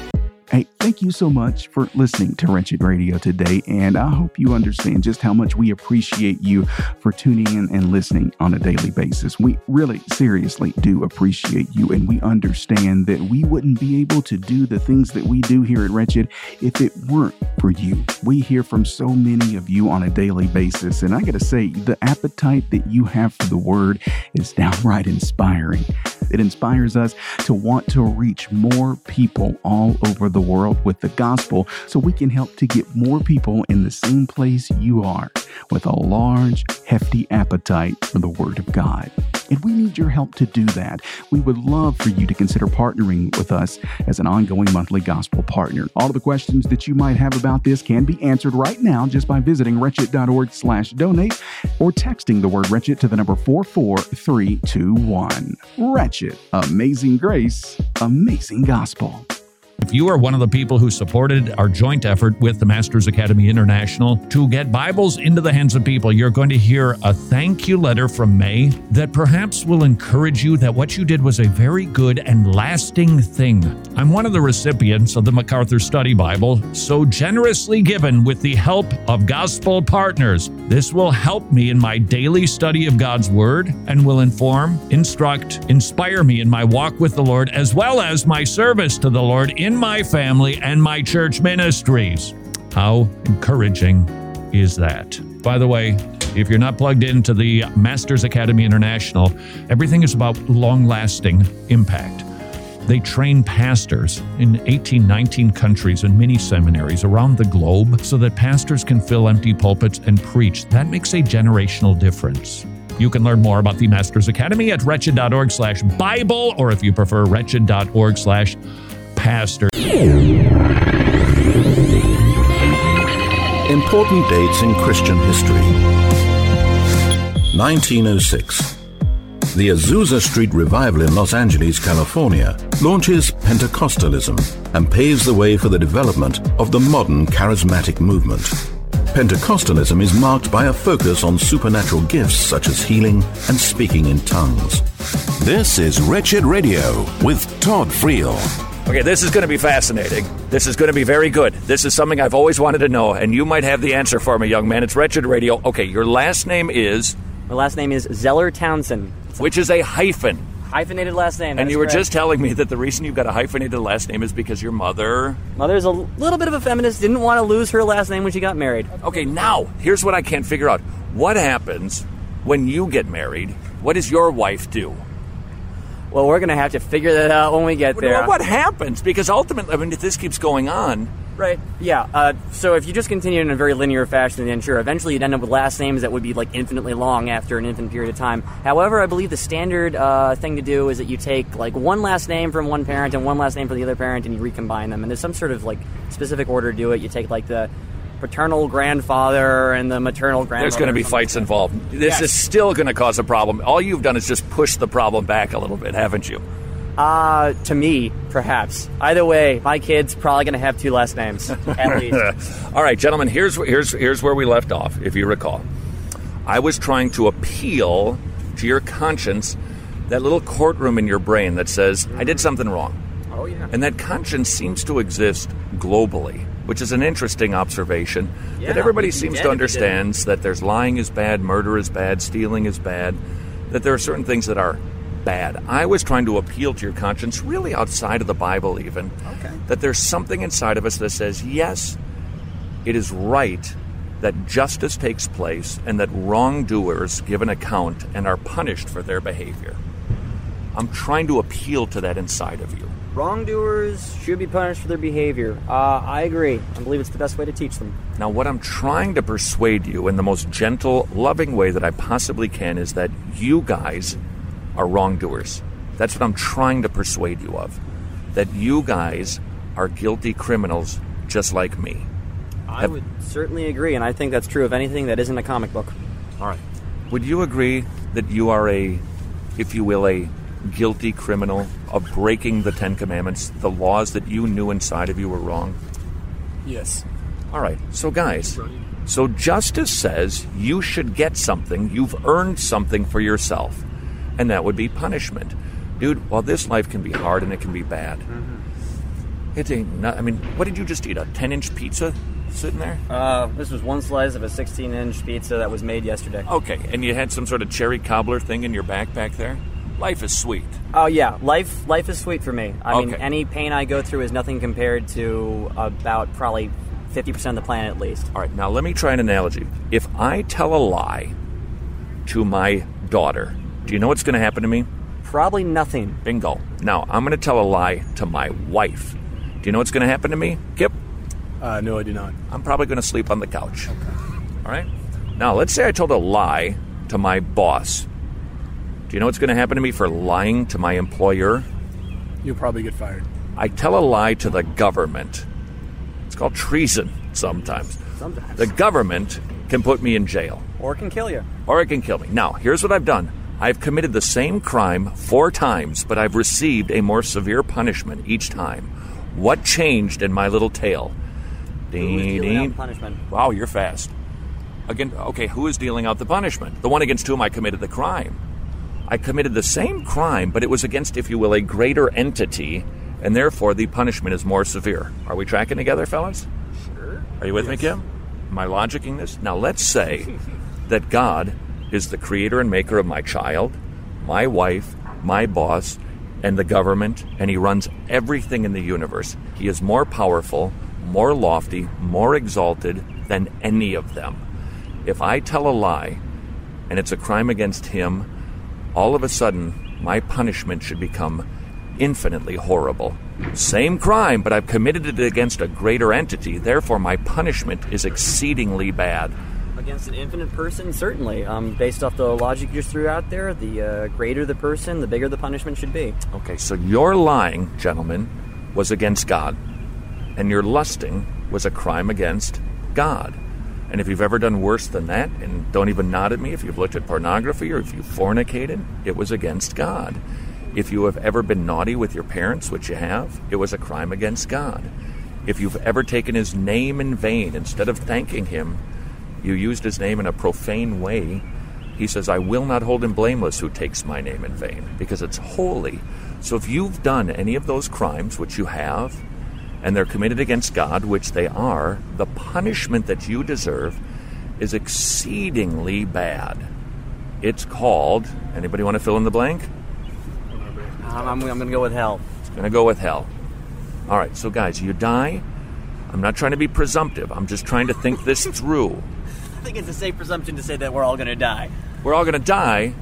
Hey, thank you so much for listening to Wretched Radio today, and I hope you understand just how much we appreciate you for tuning in and listening on a daily basis. We really, seriously do appreciate you, and we understand that we wouldn't be able to do the things that we do here at Wretched if it weren't for you. We hear from so many of you on a daily basis, and I gotta say, the appetite that you have for the word is downright inspiring. It inspires us to want to reach more people all over the world with the gospel so we can help to get more people in the same place you are with a large, hefty appetite for the Word of God. And we need your help to do that. We would love for you to consider partnering with us as an ongoing monthly gospel partner. All of the questions that you might have about this can be answered right now just by visiting wretched.org slash donate or texting the word wretched to the number 44321. Wretched. Amazing grace. Amazing gospel.
If you are one of the people who supported our joint effort with the Masters Academy International to get Bibles into the hands of people, you're going to hear a thank you letter from May that perhaps will encourage you that what you did was a very good and lasting thing. I'm one of the recipients of the MacArthur Study Bible, so generously given with the help of gospel partners. This will help me in my daily study of God's Word and will inform, instruct, inspire me in my walk with the Lord, as well as my service to the Lord in my family and my church ministries. How encouraging is that? By the way, if you're not plugged into the Masters Academy International, everything is about long lasting impact. They train pastors in 18, 19 countries and mini seminaries around the globe so that pastors can fill empty pulpits and preach. That makes a generational difference. You can learn more about the Masters Academy at wretched.org slash Bible, or if you prefer, wretched.org slash pastor.
Important dates in Christian history 1906. The Azusa Street Revival in Los Angeles, California, launches Pentecostalism and paves the way for the development of the modern charismatic movement. Pentecostalism is marked by a focus on supernatural gifts such as healing and speaking in tongues.
This is Wretched Radio with Todd Friel. Okay, this is going to be fascinating. This is going to be very good. This is something I've always wanted to know, and you might have the answer for me, young man. It's Wretched Radio. Okay, your last name is.
My last name is Zeller Townsend,
which is a hyphen.
Hyphenated last name. that
And
is
you were
correct.
just telling me that the reason you've got a hyphenated last name is because your mother.
Mother's a little bit of a feminist, didn't want to lose her last name when she got married.
Okay, now, here's what I can't figure out. What happens when you get married? What does your wife do?
Well, we're going to have to figure that out when we get
What-
there.
What happens? Because ultimately, I mean, if this keeps going on,
Right. Yeah. Uh, so if you just continue in a very linear fashion, then sure, eventually you'd end up with last names that would be like infinitely long after an infinite period of time. However, I believe the standard uh, thing to do is that you take like one last name from one parent and one last name from the other parent, and you recombine them. And there's some sort of like specific order to do it. You take like the paternal grandfather and the maternal grandmother.
there's going to be fights involved. This is still going to cause a problem. All you've done is just push the problem back a little bit, haven't you?
Uh, to me, perhaps. Either way, my kid's probably going to have two last names at least.
All right, gentlemen, here's wh- here's here's where we left off, if you recall. I was trying to appeal to your conscience, that little courtroom in your brain that says, I did something wrong.
Oh yeah.
And that conscience seems to exist globally, which is an interesting observation
Yeah,
that everybody
we'd be
seems
dead
to
if we didn't.
understand that there's lying is bad, murder is bad, stealing is bad, that there are certain things that are
bad. I was trying to appeal to your conscience, really outside of the Bible, even. Okay. That there's something inside of us that says, yes, it is right that justice takes place and that wrongdoers give an account and are punished for their behavior. I'm trying to appeal to that inside of you.
Wrongdoers should be punished for their behavior. Uh, I agree. I believe it's the best way to teach them.
Now, what I'm trying to persuade you in the most gentle, loving way that I possibly can is that you guys are wrongdoers. That's what I'm trying to persuade you of. That you guys are guilty criminals just like me.
I would certainly agree, and I think that's true of anything that isn't a comic book.
All right. Would you agree that you are a, if you will, a guilty criminal of breaking the Ten Commandments, the laws that you knew inside of you were wrong?
Yes.
All right. So, guys, so justice says you should get something, you've earned something for yourself, and that would be punishment. Dude, while this life can be hard and it can be bad, it ain't not, I mean, what did you just eat? A 10 inch pizza sitting there?
Uh, this was one slice of a 16 inch pizza that was made yesterday.
Okay, and you had some sort of cherry cobbler thing in your backpack there? Life is sweet.
Oh yeah, life life is sweet for me. I mean,
Okay.
any pain I go through is nothing compared to about probably fifty percent of the planet at least.
All right, now let me try an analogy. If I tell a lie to my daughter, do you know what's going to happen to me?
Probably nothing.
Bingo. Now, I'm going to tell a lie to my wife. Do you know what's going to happen to me, Kip?
Uh, no, I do not.
I'm probably going to sleep on the couch. All right? Now, let's say I told a lie to my boss. Do you know what's going to happen to me for lying to my employer?
You'll probably get fired.
I tell a lie to the government. It's called treason sometimes.
Sometimes.
The government can put me in jail.
Or it can kill you.
or it can kill me. Now, here's what I've done I've committed the same crime four times, but I've received a more severe punishment each time. What changed in my little tale? Ding,
dealing out
ding.
the punishment?
Wow, you're fast. Again, okay, who is dealing out the punishment? The one against whom I committed the crime. I committed the same crime, but it was against, if you will, a greater entity, and therefore the punishment is more severe. Are we tracking together, fellas? Sure. Are you with me, Kim? Am I logicking this? Now, let's say that God is the creator and maker of my child, my wife, my boss, and the government, and He runs everything in the universe. He is more powerful, more lofty, more exalted than any of them. If I tell a lie and it's a crime against Him, all of a sudden my punishment should become infinitely horrible. Same crime, but I've committed it against a greater entity, therefore my punishment is exceedingly bad.
Against an infinite person, certainly. Um, based off the logic you just threw out there, the uh, greater the person, the bigger the punishment should be.
Okay, so your lying, gentlemen, was against God, and your lusting was a crime against God. And if you've ever done worse than that, and don't even nod at me, if you've looked at pornography or if you fornicated, it was against God. If you have ever been naughty with your parents, which you have, it was a crime against God. If you've ever taken his name in vain, instead of thanking him, you used his name in a profane way, he says, I will not hold him blameless who takes my name in vain, because it's holy. So if you've done any of those crimes, which you have, and they're committed against God, which they are, the punishment that you deserve is exceedingly bad. It's called, anybody want to fill in the blank?
I'm, I'm, I'm going to go with hell.
It's going to go with hell. All right, so guys, you die. I'm not trying to be presumptive, I'm just trying to think this through.
I think it's a safe presumption to say that we're all going to die.
We're all going to die,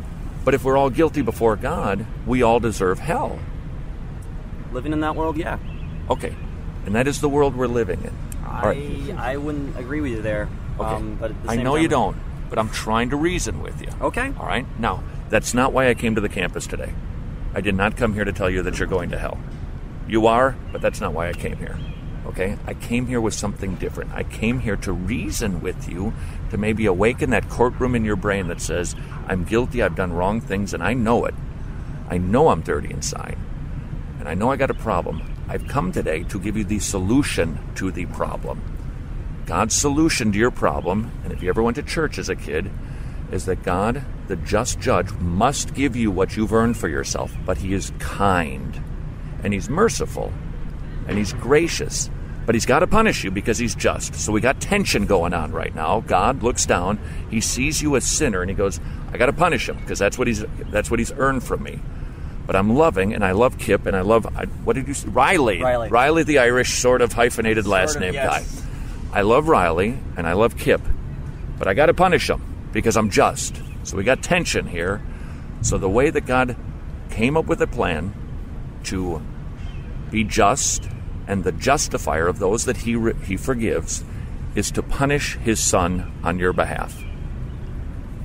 but if we're all guilty before God, we all deserve hell.
Living in that world, yeah.
Okay, and that is the world we're living in.
I,
All right,
I wouldn't agree with you there. Um, but at the
I
same
know you
time-
don't, but I'm trying to reason with you.
Okay.
All right, now, that's not why I came to the campus today. I did not come here to tell you that you're going to hell. You are, but that's not why I came here. Okay? I came here with something different. I came here to reason with you, to maybe awaken that courtroom in your brain that says, I'm guilty, I've done wrong things, and I know it. I know I'm dirty inside. And I know I got a problem. I've come today to give you the solution to the problem. God's solution to your problem, and if you ever went to church as a kid, is that God, the just judge, must give you what you've earned for yourself, but He is kind, and He's merciful, and He's gracious, but He's got to punish you because He's just. So we got tension going on right now. God looks down, He sees you a sinner, and He goes, I got to punish him because that's what He's that's what He's earned from me. But I'm loving, and I love Kip, and I love I, what did you say? Riley,
Riley.
the Irish sort of hyphenated last
of,
name
yes.
guy. I love Riley, and I love Kip, but I got to punish him because I'm just. So we got tension here. So the way that God came up with a plan to be just and the justifier of those that he, re- he forgives is to punish his son on your behalf.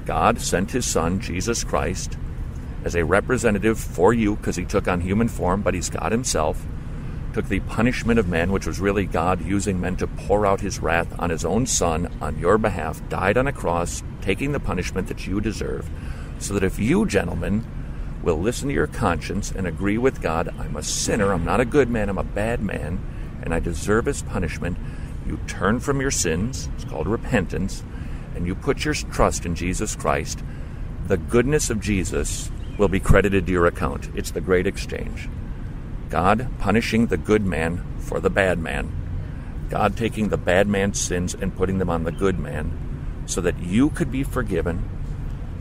God sent his son, Jesus Christ, as a representative for you because he took on human form, but he's God himself, took the punishment of man, which was really God using men to pour out his wrath on his own son on your behalf, died on a cross, taking the punishment that you deserve, so that if you, gentlemen, will listen to your conscience and agree with God, I'm a sinner, I'm not a good man, I'm a bad man, and I deserve his punishment, you turn from your sins, it's called repentance, and you put your trust in Jesus Christ, the goodness of Jesus will be credited to your account. It's the great exchange. God punishing the good man for the bad man. God taking the bad man's sins and putting them on the good man so that you could be forgiven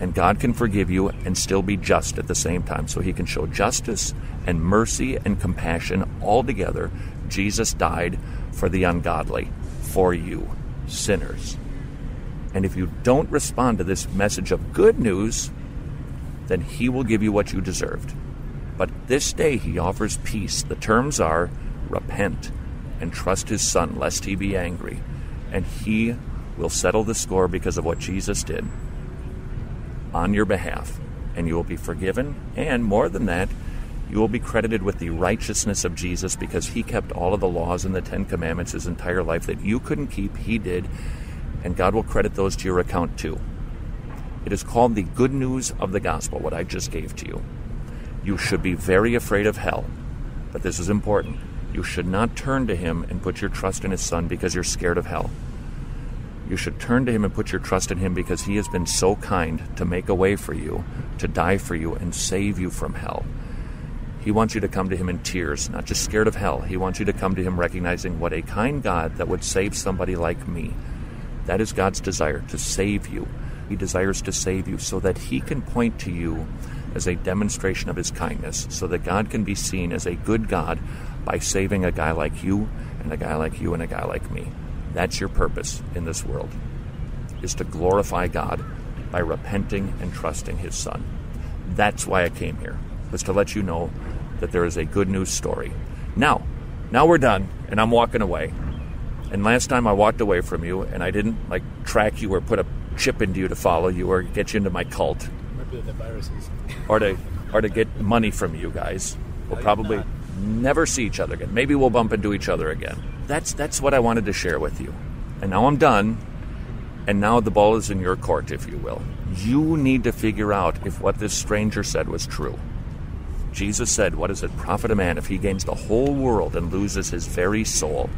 and God can forgive you and still be just at the same time. So he can show justice and mercy and compassion all together. Jesus died for the ungodly, for you, sinners. And if you don't respond to this message of good news, then he will give you what you deserved. But this day he offers peace. The terms are repent and trust his son, lest he be angry. And he will settle the score because of what Jesus did on your behalf. And you will be forgiven. And more than that, you will be credited with the righteousness of Jesus because he kept all of the laws and the Ten Commandments his entire life that you couldn't keep. He did. And God will credit those to your account too. It is called the good news of the gospel, what I just gave to you. You should be very afraid of hell, but this is important. You should not turn to him and put your trust in his son because you're scared of hell. You should turn to him and put your trust in him because he has been so kind to make a way for you, to die for you, and save you from hell. He wants you to come to him in tears, not just scared of hell. He wants you to come to him recognizing what a kind God that would save somebody like me. That is God's desire to save you. He desires to save you so that He can point to you as a demonstration of His kindness, so that God can be seen as a good God by saving a guy like you, and a guy like you, and a guy like me. That's your purpose in this world, is to glorify God by repenting and trusting His Son. That's why I came here, was to let you know that there is a good news story. Now, now we're done, and I'm walking away. And last time I walked away from you and I didn't like track you or put a chip into you to follow you or get you into my cult
Might be the viruses.
or to or to get money from you guys. We'll probably never see each other again. Maybe we'll bump into each other again. That's that's what I wanted to share with you. And now I'm done. And now the ball is in your court, if you will. You need to figure out if what this stranger said was true. Jesus said, What does it profit a man if he gains the whole world and loses his very soul?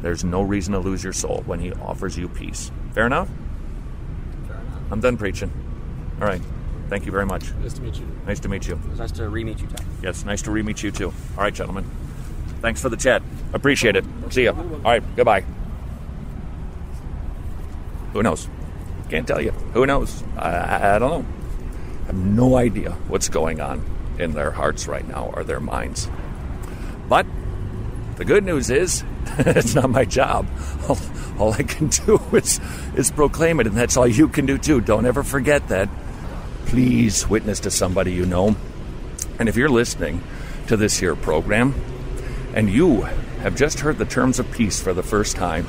There's no reason to lose your soul when he offers you peace. Fair enough? I'm done preaching. All right. Thank you very much.
Nice to meet you.
Nice to meet you.
It was nice to re-meet you, Tom.
Yes, nice to re-meet you too. All right, gentlemen. Thanks for the chat. Appreciate it. See ya. All right, goodbye. Who knows? Can't tell you. Who knows? I, I, I don't know. I have no idea what's going on in their hearts right now or their minds. But the good news is, it's not my job. All, all I can do is, is proclaim it, and that's all you can do too. Don't ever forget that. Please witness to somebody you know. And if you're listening to this here program and you have just heard the terms of peace for the first time,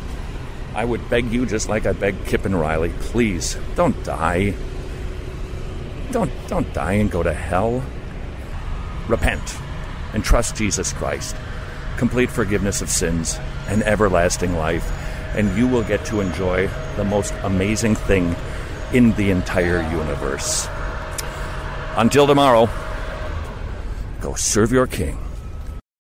I would beg you, just like I begged Kip and Riley, please don't die. Don't, don't die and go to hell. Repent and trust Jesus Christ, complete forgiveness of sins, and everlasting life, and you will get to enjoy the most amazing thing in the entire universe. Until tomorrow, go serve your king.